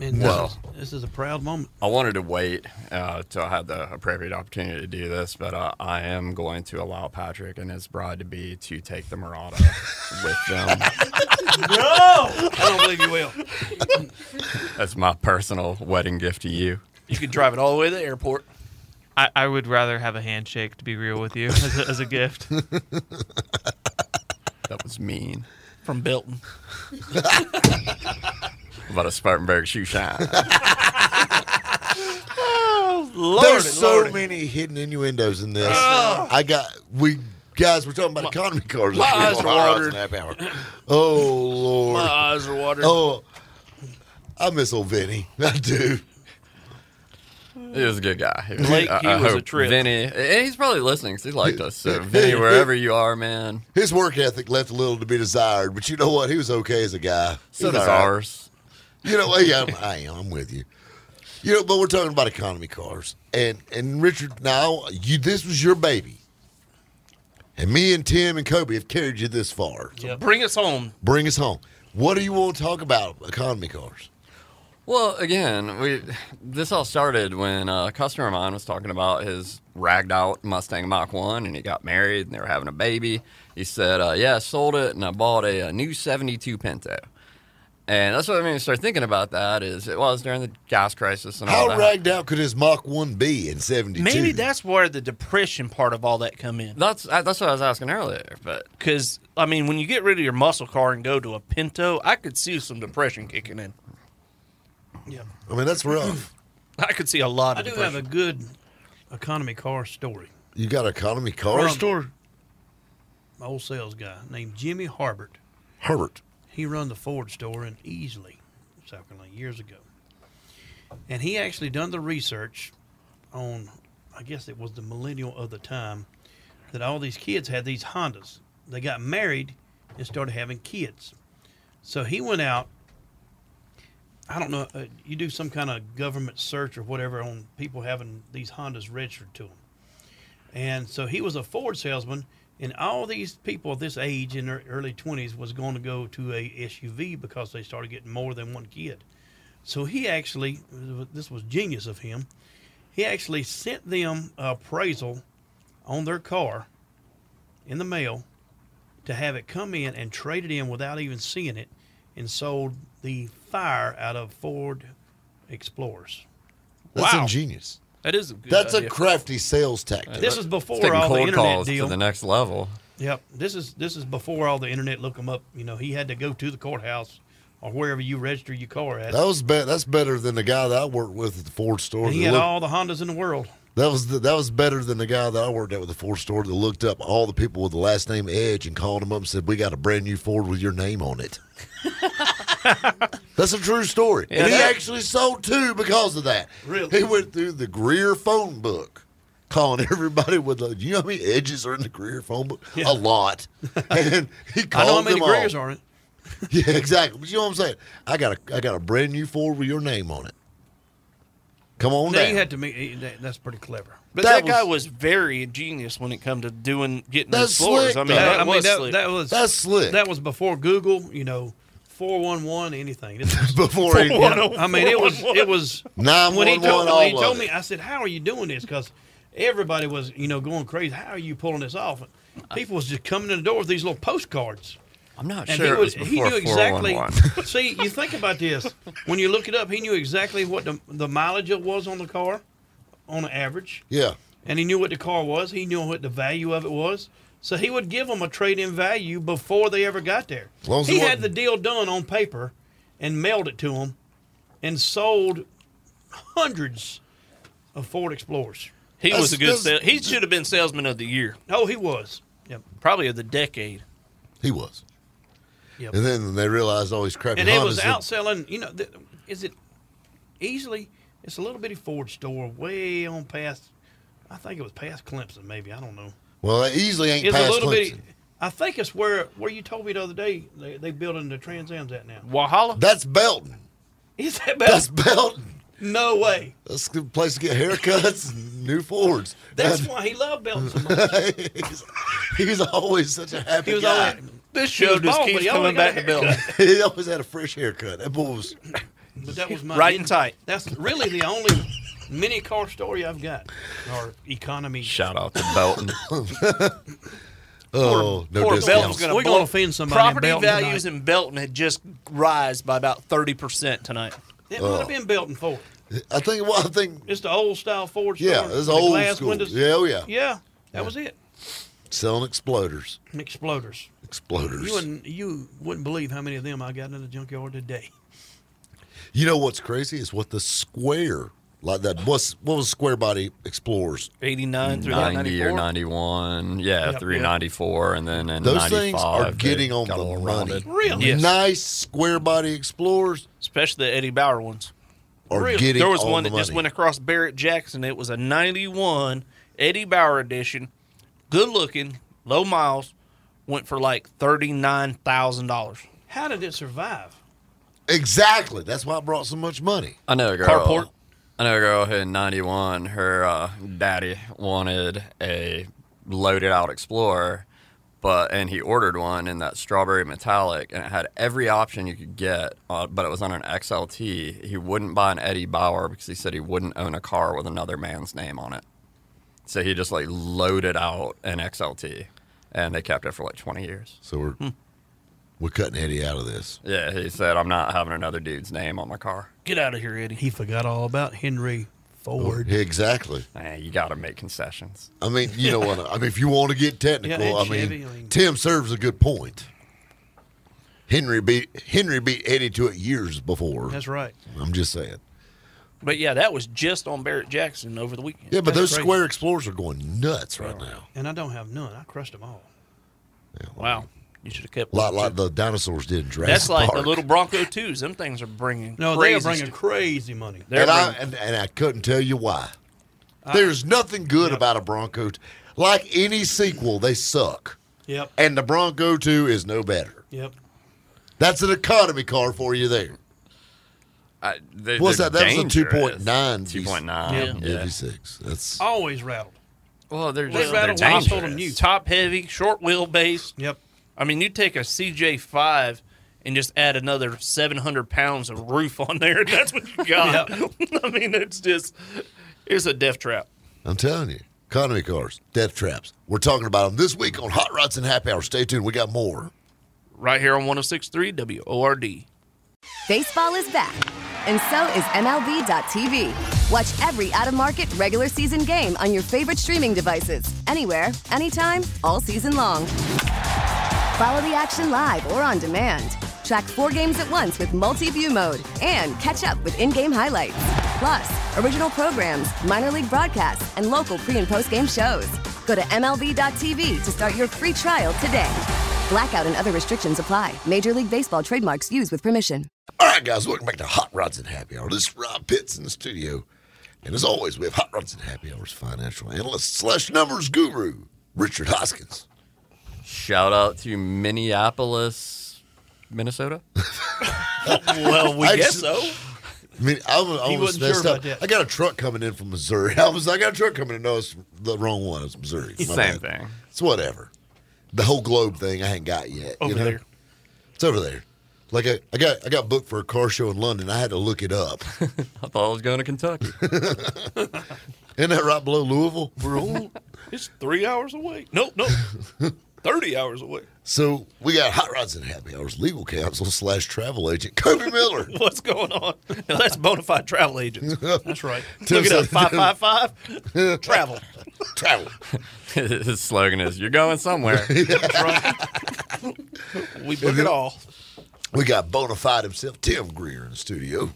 S4: And
S1: No.
S4: this is, this is a proud moment.
S2: I wanted to wait uh, till I had the appropriate opportunity to do this, but uh, I am going to allow Patrick and his bride to be to take the Murata with them.
S3: I don't believe you will.
S2: That's my personal wedding gift to you.
S3: You could drive it all the way to the airport.
S5: I, I would rather have a handshake, to be real with you, as a, as a gift.
S2: That was mean.
S3: From Belton.
S2: About a Spartanburg shoe shine.
S1: There's so many hidden innuendos in this. I got we guys. We're talking about economy cars.
S3: Oh. my eyes are
S1: Hours and a half hour. Oh
S3: My
S1: lord.
S3: eyes are watering.
S1: Oh, I miss old Vinny. I do.
S2: He was a good guy. was-
S3: Blake,
S2: I-
S3: he
S2: I
S3: was a
S2: hope
S3: trip.
S2: Vinny, and he's probably listening 'cause he liked us. So, Vinny, wherever you are, man,
S1: His work ethic left a little to be desired, but you know what? He was okay as a guy.
S2: so
S1: He was
S2: does
S1: all right.
S2: ours.
S1: You know, yeah, I'm, I am. I'm with you. You know, but we're talking about economy cars, and and Richard, now you this was your baby, and me and Tim and Kobe have carried you this far.
S3: So Bring us home.
S1: Bring us home. What do you want to talk about economy cars?
S2: Well, again, we this all started when a customer of mine was talking about his ragged out Mustang Mach 1 and he got married and they were having a baby. He said, uh, Yeah, I sold it and I bought a, a new 72 Pinto. And that's what I mean. Start thinking about that is it was during the gas crisis
S4: Oh,
S2: and all
S1: How
S2: that.
S1: ragged out could his Mach One be in '72?
S3: Maybe that's where the depression part of all that come in.
S2: that's uh, that's what I was asking earlier. But
S3: Because I mean, when you get rid of your muscle car and go to a Pinto, I could see some depression kicking in.
S1: I mean, that's rough.
S3: I could see a lot
S4: I
S3: of
S4: do have
S3: depression.
S4: a good economy car story.
S1: You got economy cars.
S4: store? My old sales guy named Jimmy Harbert.
S1: Herbert.
S4: He run the Ford store in Easley, South Carolina, years ago. And he actually done the research on, I guess it was the millennial of the time, that all these kids had these Hondas. They got married and started having kids. So he went out. I don't know. Uh, you do some kind of government search or whatever on people having these Hondas registered to them. And so he was a Ford salesman, and all these people at this age in their early 20s was going to go to a SUV because they started getting more than one kid. So he actually, this was genius of him, he actually sent them a appraisal on their car in the mail to have it come in and traded in without even seeing it and sold the fire out of Ford Explorers.
S1: That's
S3: Wow.
S1: ingenious.
S3: That is a good
S1: That's
S3: idea.
S1: a crafty sales tactic.
S4: This is
S2: It's
S4: before
S2: taking
S4: all the
S2: cold
S4: internet
S2: calls to
S4: deal.
S2: the next level.
S4: Yep. This is this is before all the internet look them up. You know, he had to go to the courthouse or wherever you register your car at.
S1: that was be- that's better than the guy that I worked with at the Ford store.
S4: and he
S1: that
S4: had
S1: looked-
S4: all the Hondas in the world.
S1: That was the, that was better than the guy that I worked at with the Ford store that looked up all the people with the last name Edge and called them up and said, "We got a brand new Ford with your name on it." That's a true story. and he
S2: that-
S1: actually sold two because of that.
S4: Really?
S1: He went through the Greer phone book, calling everybody with the. You know how many edges are in the Greer phone book?
S4: Yeah.
S1: A lot. and he
S4: I
S1: called
S4: know how many
S1: them all.
S4: Greers aren't.
S1: Yeah, exactly. But you know what I'm saying? I got a I got a brand new Ford with your name on it. Come on
S4: No,
S1: down.
S4: you had to meet. eh, that- That's pretty clever.
S3: But
S1: That
S3: that, guy
S1: was-
S3: was very ingenious when it come to doing getting
S1: That's
S3: those floors.
S1: slick,
S3: I mean,
S1: though.
S3: that,
S4: I mean,
S3: was
S4: that,
S3: slick.
S4: that was
S1: That's slick.
S4: That was before Google. You know, four one one anything. This was-
S1: before he
S4: I mean, it was it was
S1: Nine
S4: when he
S1: one
S4: told,
S1: one
S4: when he
S1: all
S4: told
S1: of
S4: me,
S1: it.
S4: I said, "How are you doing this?" Because everybody was, you know, going crazy. How are you pulling this off? People was just coming in the door with these little postcards.
S2: I'm not
S4: And
S2: sure
S4: he,
S2: it was
S4: was, he
S2: before
S4: knew exactly.
S2: 411.
S4: see, you think about this when you look it up. He knew exactly what the, the mileage it was on the car, on average,
S1: Yeah.
S4: and he knew what the car was. He knew what the value of it was. So he would give them a trade-in value before they ever got there.
S1: As long as
S4: he
S1: it
S4: had
S1: wasn't-
S4: the deal done on paper, and mailed it to them, and sold hundreds of Ford Explorers.
S3: he was a good.
S1: That's-
S3: Sal- he should have been salesman of the year,
S4: Oh, he was. Yep.
S3: probably of the decade.
S1: He was.
S4: Yep.
S1: And then they realized oh, all these crappy
S4: and
S1: Hondas.
S4: it was
S1: that-
S4: outselling. You know, th- is it easily? It's a little bitty Ford store, way on past. I think it was past Clemson, maybe. I don't know.
S1: well, they easily ain't
S4: It's
S1: past
S4: a little
S1: Clemson.
S4: bitty. I think it's where where you told me the other day they they building the Trans Am's at now.
S3: Wahala.
S1: That's Belton.
S4: Is that
S1: That's
S4: best?
S1: Belton.
S4: No way.
S1: That's a good place to get haircuts and new Fords.
S4: That's why he loved Belton so much.
S1: he's, he's always such a happy
S4: He was
S1: guy.
S4: always
S3: This
S4: he was
S3: show just
S4: bald, but
S3: keeps
S4: he
S3: coming
S4: only got
S3: back
S4: a
S3: to Bill.
S1: he always had a fresh haircut. That boy was.
S4: but that was my
S3: Right and tight.
S4: That's really the only mini car story I've got, or economy.
S2: Shout out to Belton.
S1: Oh, no
S3: Poor Belton's
S1: discounts.
S3: gonna
S4: We're gonna
S3: blow-
S4: offend somebody in
S3: Property
S4: Belton
S3: values
S4: tonight.
S3: in Belton had just rise by about thirty percent tonight.
S4: It would
S1: Uh.
S4: have been Belton Ford.
S1: I think. Well, I think.
S4: It's the old style Ford store.
S1: Yeah, it's
S4: the
S1: old
S4: glass
S1: school.
S4: windows.
S1: Yeah, oh yeah.
S4: Yeah, that was it.
S1: Selling exploders.
S4: Exploders.
S1: Exploders.
S4: You
S1: You,
S4: wouldn't, you wouldn't believe how many of them I got in the junkyard today.
S1: know what's crazy is what the square like that. What's what was square body explorers?
S3: Eighty nine through about
S2: 90
S3: 94.
S2: or 91. Yeah,
S4: Yep,
S2: through
S4: yep.
S2: 94. And then in
S1: Those
S2: 95.
S1: things are
S2: they
S1: getting on
S2: got all
S1: the money.
S2: rounded.
S4: Really?
S3: Yes.
S1: Nice square body explorers
S3: especially the Eddie Bauer ones.
S1: are
S4: Really?
S1: getting
S3: There was
S1: on
S3: one
S1: the
S3: that just
S1: money.
S3: went across Barrett Jackson. It was a 91 Eddie Bauer edition. Good looking, low miles. Went for like $39,000.
S4: How did it survive?
S1: Exactly. That's why I brought so much money.
S2: I know a girl.
S3: Carport.
S2: I know a girl who in '91, her uh, daddy wanted a loaded out Explorer, but and he ordered one in that strawberry metallic, and it had every option you could get, uh, but it was on an XLT. He wouldn't buy an Eddie Bauer because he said he wouldn't own a car with another man's name on it. So he just like loaded out an XLT, and they kept it for like 20 years.
S1: So we're we're cutting Eddie out of this.
S2: Yeah, he said I'm not having another dude's name on my car.
S3: Get out of here, Eddie.
S4: He forgot all about Henry
S1: Oh,
S4: Ford.
S1: Exactly.
S2: Eh, you got to make concessions.
S1: I mean, you know what? I mean, if you want to get technical,
S4: Yeah,
S1: I,
S4: and
S1: mean,
S4: Chevy, I mean-
S1: Tim serves a good point. Henry beat Henry beat Eddie to it years before.
S4: That's right.
S1: I'm just saying.
S3: But yeah, that was just on Barrett Jackson over the weekend.
S1: Yeah, but
S4: That's
S1: those
S4: crazy.
S1: square explorers are going nuts right now.
S4: And I don't have none. I crushed them all.
S3: Wow. You should have kept
S1: A lot like the dinosaurs did in Jurassic
S3: That's like
S1: Park.
S3: the little Bronco 2s. Them things are bringing.
S4: No,
S3: crazy
S4: they are bringing
S3: stuff.
S4: crazy money.
S3: They're
S1: and, I,
S3: bringing-
S1: and, and I couldn't tell you why. There's nothing good about a Bronco. Like any sequel, they suck.
S4: Yep.
S1: and the Bronco too is no better.
S4: Yep.
S1: That's an economy car for you there.
S2: I, they,
S1: What's
S2: they're
S1: that? That was a
S2: dangerous.
S1: 2.9
S2: 2.9.
S4: Yeah. Oh.
S2: Yeah.
S1: Eighty-six. That's
S4: Always rattled.
S2: Well, they're
S3: They
S2: just they're
S3: rattle I told them
S2: dangerous.
S3: you top heavy, short wheelbase.
S4: Yep.
S3: I mean, you take a CJ5 and just add another 700 pounds of roof on there, and that's what you got. I mean, it's just, it's a death trap.
S1: I'm telling you. Economy cars, death traps. We're talking about them this week on Hot Rods and Happy Hour. Stay tuned. We got more.
S3: Right here on 1063 WORD.
S9: Baseball is back, and so is MLB.tv. Watch every out of market regular season game on your favorite streaming devices, anywhere, anytime, all season long. Follow the action live or on demand. Track four games at once with multi view mode and catch up with in game highlights. Plus, original programs, minor league broadcasts, and local pre and post game shows. Go to MLB.tv to start your free trial today. Blackout and other restrictions apply. Major League Baseball trademarks used with permission.
S1: All right, guys, welcome back to Hot Rods and Happy Hour. This is Rob Pitts in the studio. And as always, we have Hot Rods and Happy Hour's financial analyst slash numbers guru, Richard Hoskins.
S2: Shout out to Minneapolis, Minnesota.
S3: Well, we
S1: I just-
S3: guess so.
S1: I mean, I was, I was
S4: wasn't
S1: messed
S4: sure
S1: up.
S4: about that.
S1: I got a truck coming in from Missouri. I was I got a truck coming in. No, it's the wrong one. It's Missouri. My
S2: Same
S1: bad.
S2: thing.
S1: It's whatever. The whole globe thing I hadn't got yet.
S3: Over
S1: you know?
S3: there.
S1: It's over there. Like I, I got I got booked for a car show in London. I had to look it up.
S2: I thought I was going to Kentucky.
S1: Isn't that right below Louisville? We're all-
S3: It's three hours away. Nope, nope. 30 hours away.
S1: so we got Hot Rods and Happy Hours legal counsel slash travel agent Kobe Miller.
S3: What's going on? Now, that's bona fide travel agents.
S1: That's
S3: That's right.
S1: Tim
S3: Look it up.
S1: said-
S3: 555 travel.
S1: travel.
S2: His slogan is "You're going somewhere."
S3: We book it all.
S1: We got bona fide himself, Tim Greer, in the studio.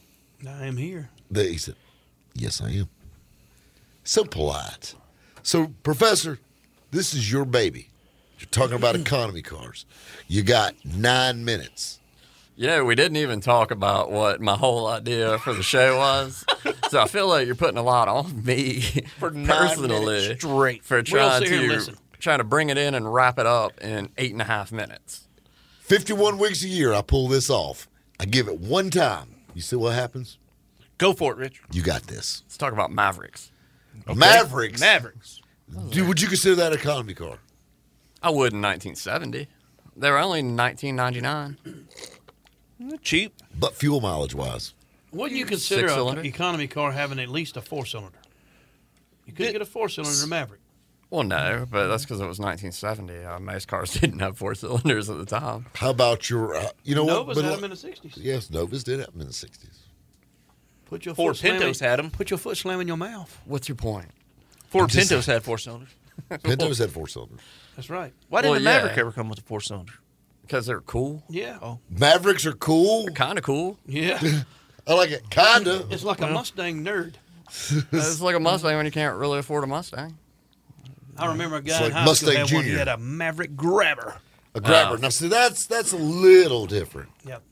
S4: I am here.
S1: They, he said, Yes, I am. So polite. So, Professor, this is your baby. You're talking about economy cars. You got nine minutes.
S2: You know, we didn't even talk about what my whole idea for the show was. so I feel like you're putting a lot on me
S3: For nine
S2: personally
S3: minutes straight.
S2: for trying
S4: sit here and
S2: to
S4: listen.
S2: trying to bring it in and wrap it up in eight and a half minutes.
S1: 51 weeks a year, I pull this off. I give it one time. You see what happens?
S3: Go for it, Rich.
S1: You got this.
S2: Let's talk about Mavericks.
S1: Mavericks.
S3: Mavericks.
S1: Dude, would you consider that economy car?
S2: I would in 1970. They were only 1999.
S3: Cheap.
S1: But fuel mileage wise.
S4: Wouldn't you consider
S2: Six-cylinder?
S4: an economy car having at least a four cylinder? You could get a four cylinder Maverick.
S2: Well, no, but that's because it was 1970. Uh, most cars didn't have four cylinders at the time.
S1: How about your, uh, you know
S4: Novas
S1: what?
S4: had
S1: But
S4: them in
S1: look-
S4: the sixties.
S1: yes, Novas did have them in the 60s.
S4: Put your
S3: Four
S4: foot slam in-
S3: Pintos had 'em.
S4: Put your foot slam in your mouth.
S2: What's your point?
S3: Ford
S1: Just-
S3: Pintos had four cylinders.
S1: Pintos had four cylinders.
S4: That's right.
S3: Why didn't
S2: Well,
S3: the Maverick
S2: yeah.
S3: ever come with a four cylinder?
S2: Because they're cool.
S4: Yeah. Oh.
S1: Mavericks are cool.
S2: Kind of cool.
S4: Yeah.
S1: I like it. Kinda.
S4: it's like a Mustang nerd.
S2: It's like a Mustang when you can't really afford a Mustang.
S4: I remember a guy
S1: It's
S4: in
S1: like
S4: high
S1: Mustang
S4: school had one. He
S1: Junior.
S4: had a Maverick grabber.
S1: A grabber. Now see that's that's a little different.
S4: Yep.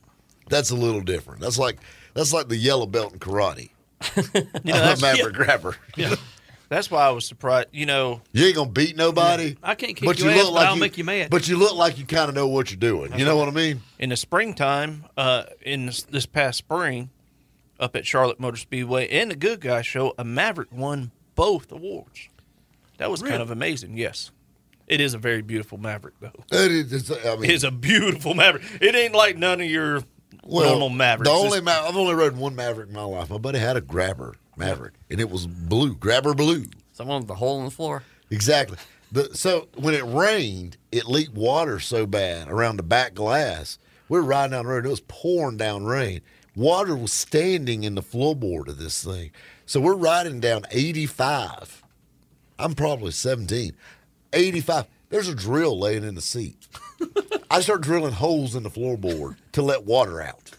S1: That's a little different. That's like that's like the yellow belt in karate.
S3: You know,
S1: I'm a
S3: that's,
S1: maverick grabber.
S3: that's why I was surprised. You know,
S1: You ain't gonna beat nobody.
S4: I can't kick your ass, but I'll make you mad.
S1: But you look like you kind of know what you're doing. you know what I mean?
S3: in the springtime, uh, in this, this past spring, up at Charlotte Motor Speedway and the Good Guy Show, a Maverick won both awards. That was kind of amazing. Yes, it is a very beautiful Maverick, though.
S1: It is, it's- I mean,
S3: It is a beautiful Maverick. It ain't like none of your
S1: well,
S3: normal Mavericks.
S1: The only
S3: It's-
S1: ma- I've only rode one Maverick in my life. My buddy had a grabber Maverick, and it was blue, grabber blue.
S2: Someone with a hole in the floor.
S1: Exactly. The, so when it rained, it leaked water so bad around the back glass. We were riding down the road. It was pouring down rain. Water was standing in the floorboard of this thing. So we're riding down 85. I'm probably 17. 85. There's a drill laying in the seat. I start drilling holes in the floorboard to let water out.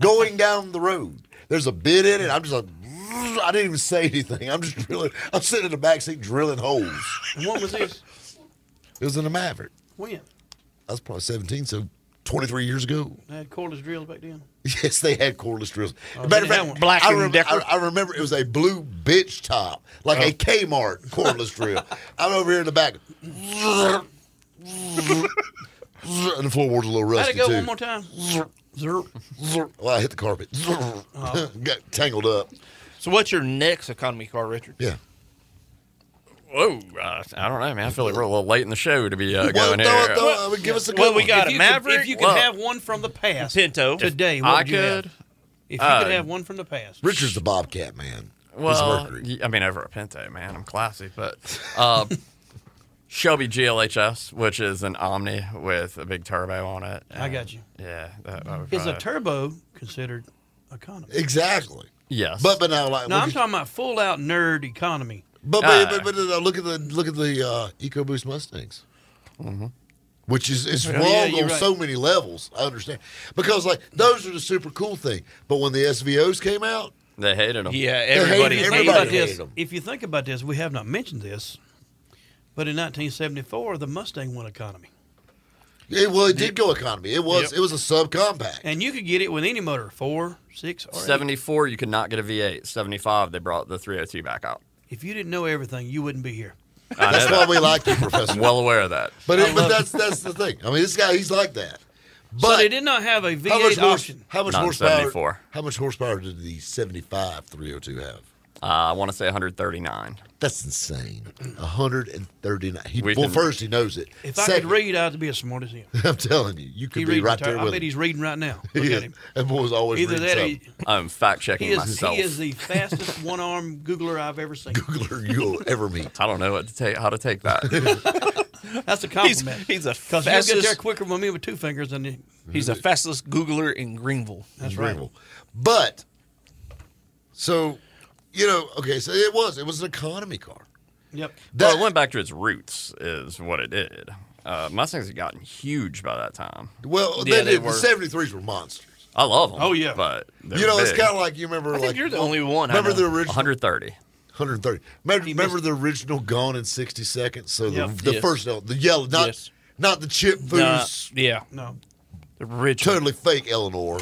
S1: Going down the road, there's a bit in it. I'm just like, I didn't even say anything. I'm just drilling. I'm sitting in the back seat drilling holes.
S4: And what was this?
S1: It was in a Maverick.
S4: when?
S1: I was probably 17, so 23 years ago.
S4: They had cordless drills back then.
S1: Yes, they had cordless drills.
S4: Oh, they had one.
S3: Black
S1: I,
S3: and
S1: remember,
S3: Decker?
S1: I, I remember it was a blue bitch top,
S4: Oh.
S1: like a Kmart cordless drill. I'm over here in the back. and the floorboard's a little
S4: Let
S1: rusty
S4: it go
S1: too.
S4: one more time.
S1: Well, I hit the carpet.
S4: Oh.
S1: Got tangled up.
S3: So what's your next economy car, Richard?
S1: Yeah.
S2: Whoa, uh, I don't know, man. I feel like we're a little late in the show to be uh,
S1: Well,
S2: going
S1: throw,
S2: here.
S1: it- throw, it- I mean, give us a good
S3: Well, we
S1: one.
S3: got
S4: If
S3: a
S4: you could-
S3: Maverick,
S4: if you could
S2: Well-
S4: have one from the past
S3: Pinto.
S4: today, what
S2: I
S4: would you have?
S2: could.
S4: If you
S2: uh,
S4: could have one from the past,
S1: Richard's the Bobcat man.
S2: Well,
S1: He's Mercury.
S2: y- I mean, over a Pinto, man. I'm classy, but uh, Shelby GLHS, which is an Omni with a big turbo on it.
S4: I got
S2: and-
S4: you.
S2: Yeah, that, I would
S4: is a
S1: Uh,
S2: probably-
S4: turbo considered economy?
S1: Exactly.
S2: Yes,
S1: But but now like
S4: No,
S1: what
S4: I'm
S1: you-
S4: talking about full out nerd economy.
S1: But but,
S2: Ah.
S1: but, but, uh, look at the look at the uh, EcoBoost Mustangs, which is it's wrong
S4: yeah, you're
S1: on
S4: right.
S1: so many levels. I understand because like those are the super cool thing. But when the SVOs came out,
S2: they hated them.
S3: Yeah, everybody.
S4: If you
S1: everybody
S4: think about
S1: hated
S4: this,
S1: them.
S4: if you think about this, we have not mentioned this, but in 1974, the Mustang went economy,
S1: it, well, it did go economy. It was
S3: Yep.
S1: it was a subcompact.
S4: and you could get it with any motor, four, six, or eight.
S2: 74, you could not get a V8. 75, they brought the 302 back out.
S4: If you didn't know everything, you wouldn't be here.
S2: I know
S1: That's
S2: that.
S1: why we like you, Professor.
S2: well aware of that.
S1: but it, but that's that's the thing. I mean, this guy he's like that. But,
S4: But they did not have a
S1: how much horse-
S4: V8 option.
S1: how much
S2: Not
S1: horsepower?
S2: 74.
S1: How much horsepower did the 75 302 have?
S2: Uh, I want to say 139.
S1: That's insane. 139. He,
S2: We
S1: well,
S2: can-
S1: first he knows it.
S4: If I
S1: Second,
S4: could read, I'd be as smart as him.
S1: I'm telling you, you
S4: He
S1: could be
S4: read
S1: right there
S4: I
S1: with
S4: bet
S1: him.
S4: he's reading right now. Look
S1: He
S4: at
S1: is.
S4: him.
S1: That boy's always
S4: Either
S1: reading
S4: that, or he,
S2: I'm fact
S4: he
S2: checking
S4: is
S2: myself.
S4: he is the fastest one-arm Googler I've ever seen.
S1: something you'll ever meet.
S2: I don't know what to take, how to take that.
S4: That's a
S3: He's
S4: compliment.
S3: he's a
S4: Because you'll get there
S3: fastest.
S4: quicker with me with two fingers than you.
S3: He's the fastest Googler in Greenville.
S4: That's right.
S1: Greenville. But so you know, okay, so it was it was an economy car.
S4: Yep.
S2: well,
S1: That-
S2: it went back to its roots, is what it did. Uh, Mustangs had gotten huge by that time.
S1: Well,
S3: Yeah,
S1: they
S3: they
S1: did,
S3: were.
S1: the seventy threes were monsters.
S2: I love them.
S4: Oh, yeah.
S2: But they
S1: you
S2: were
S1: know, it's
S2: big.
S1: kind of like you remember
S3: I
S1: like
S3: think you're the only one. I
S1: remember
S3: know.
S1: the original
S2: 130.
S1: 130. Remember,
S3: He
S1: remember
S3: missed-
S1: the original Gone in 60 Seconds? So the,
S4: Yep.
S1: the
S3: Yes.
S1: first el- the yellow, not
S3: Yes.
S1: not the chip foos,
S3: Nah, yeah,
S4: No.
S3: the rich.
S1: totally fake Eleanor,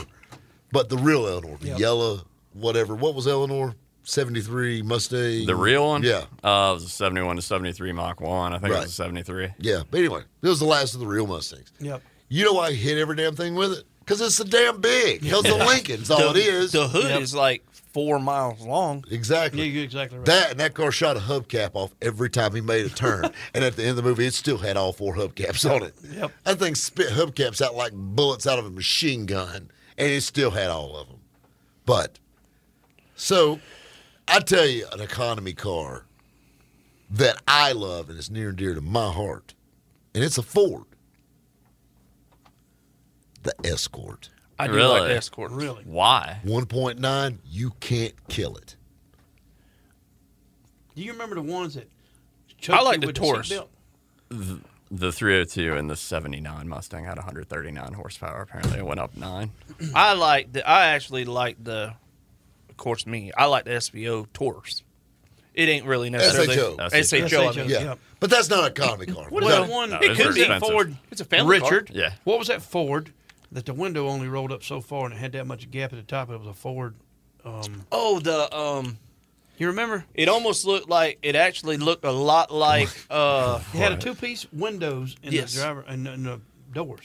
S1: but the real Eleanor, the
S4: Yep.
S1: yellow whatever. What was Eleanor? 73 Mustang.
S2: The real one?
S1: Yeah.
S2: Uh, it was a 71 to 73 Mach 1. I think it
S1: Right.
S2: was a 73.
S1: Yeah, but anyway, it was the last of the real Mustangs.
S4: Yep.
S1: You know why I hit every damn thing with it? Because it's so damn big. Hell's a Lincoln's all Oh, it is.
S3: The hood
S4: Yep.
S3: is like four miles long.
S4: Yeah,
S1: Exactly.
S4: you're exactly right.
S1: that and that car shot a hubcap off every time he made a turn. and at the end of the movie, it still had all four hubcaps on it.
S4: Yep.
S1: That thing spit hubcaps out like bullets out of a machine gun, and it still had all of them. But so I tell you, an economy car that I love and is near and dear to my heart, and it's a Ford, the Escort.
S3: I do
S2: Really?
S3: like escort.
S4: really.
S2: Why?
S1: 1.9, you can't kill it.
S4: Do you remember the ones that?
S3: I like
S4: you
S3: the
S4: with
S3: Taurus.
S4: seatbelt?
S2: The 302 and the 79 Mustang had 139 horsepower. Apparently, it went up nine.
S3: I like the. I actually like the. Of course, me. I like the SVO Taurus. It ain't really necessarily
S1: SHO.
S3: SHO. I mean.
S1: Yeah.
S4: Yep.
S1: But that's not an economy car.
S4: What
S1: That-
S4: is that one?
S2: no,
S4: it
S2: those
S4: could
S2: are
S4: be
S2: expensive.
S4: Ford.
S3: It's a family car.
S4: Richard.
S2: Yeah.
S4: What was that Ford that the window only rolled up so far and it had that much gap at the top? It was a Ford. Um,
S3: Oh, the um.
S4: you remember?
S3: It almost looked like it actually looked a lot like uh.
S4: It had a two-piece windows in
S3: Yes.
S4: the driver and in the doors.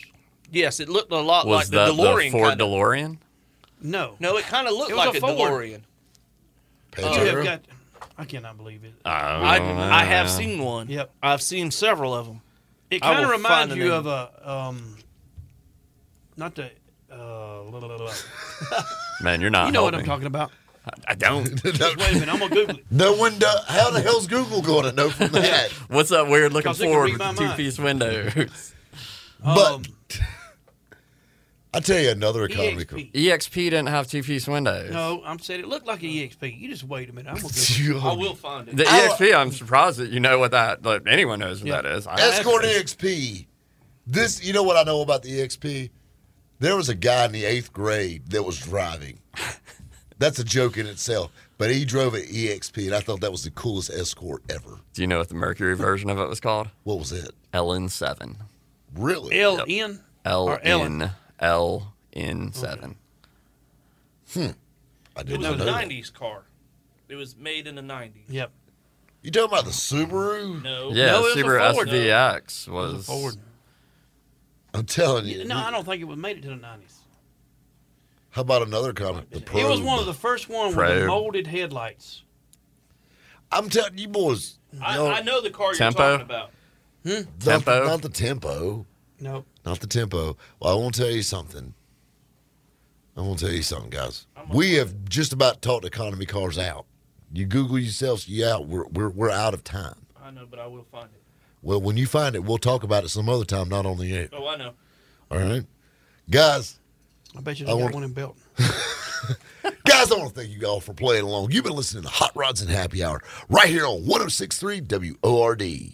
S3: Yes, it looked a lot
S2: Was
S3: like
S2: that
S3: the DeLorean.
S2: the Ford
S3: kinda.
S2: DeLorean?
S4: No.
S3: No, it kind of looked
S4: It was
S3: like
S4: a
S3: a,
S4: Ford.
S3: DeLorean.
S4: You
S1: Pantera?
S4: have got. I cannot believe it.
S2: Oh,
S3: I, I have seen one.
S4: Yep.
S3: I've seen several of them.
S4: It
S3: I
S4: kind of
S3: will
S4: reminds
S3: find the
S4: you
S3: name.
S4: of a um, not the uh, la, la, la, la.
S2: Man, you're not.
S4: you know what I'm
S2: helping.
S4: talking about.
S2: I don't.
S4: Just wait a minute, I'm gonna Google it.
S1: No one does. How the hell's Google going to know from that?
S2: What's that weird looking
S4: Because they can
S2: Ford
S4: read
S2: with
S4: my
S2: the
S4: mind.
S2: two piece windows?
S1: But-
S4: um, E
S1: I tell you another economy car.
S4: EXP.
S2: EXP E didn't have two piece windows.
S4: No, I'm saying it looked like an EXP. You just wait a minute. I'm gonna Google.
S1: You-
S3: I will find it.
S2: The EXP, I'm surprised that you know what that, like, anyone knows what
S4: Yeah.
S2: that is. I
S1: Escort EXP. This, you know what I know about the EXP? There was a guy in the eighth grade that was driving. That's a joke in itself. But he drove an EXP, and I thought that was the coolest escort ever.
S2: Do you know what the Mercury version of it was called?
S1: What was it?
S2: LN7.
S1: Really?
S4: L N. Or Ellen.
S2: LN. LN7.
S1: I
S10: It
S1: didn't
S10: was
S1: know
S10: a
S1: that.
S10: '90s car. It was made in the '90s.
S4: Yep.
S1: You talking about the Subaru?
S10: No,
S2: Yeah,
S4: No, it was a
S2: Super
S4: Ford.
S2: SVX was.
S4: Ford.
S1: I'm telling you.
S4: No, I don't think it was made it to the nineties.
S1: How about another comic? The
S4: It was
S1: Probe.
S4: one of the first one with
S2: Probe.
S4: the molded headlights.
S1: I'm telling you, boys.
S3: I,
S1: no,
S3: I know the car you're
S2: Tempo?
S3: talking about.
S1: not,
S2: Tempo.
S1: not the tempo.
S4: Nope.
S1: Not the tempo. Well, I want to tell you something. I want to tell you something, guys. We have just about talked economy cars out. You Google yourselves, yeah, we're, we're, we're out of time.
S3: I know, but I will find it.
S1: Well, when you find it, we'll talk about it some other time, not on the air.
S3: Oh, I know.
S1: All right? Guys,
S4: I bet you
S1: I
S4: they got
S1: want-
S4: one in Belton.
S1: Guys, I want to thank you all for playing along. You've been listening to Hot Rods and Happy Hour right here on 1063 WORD.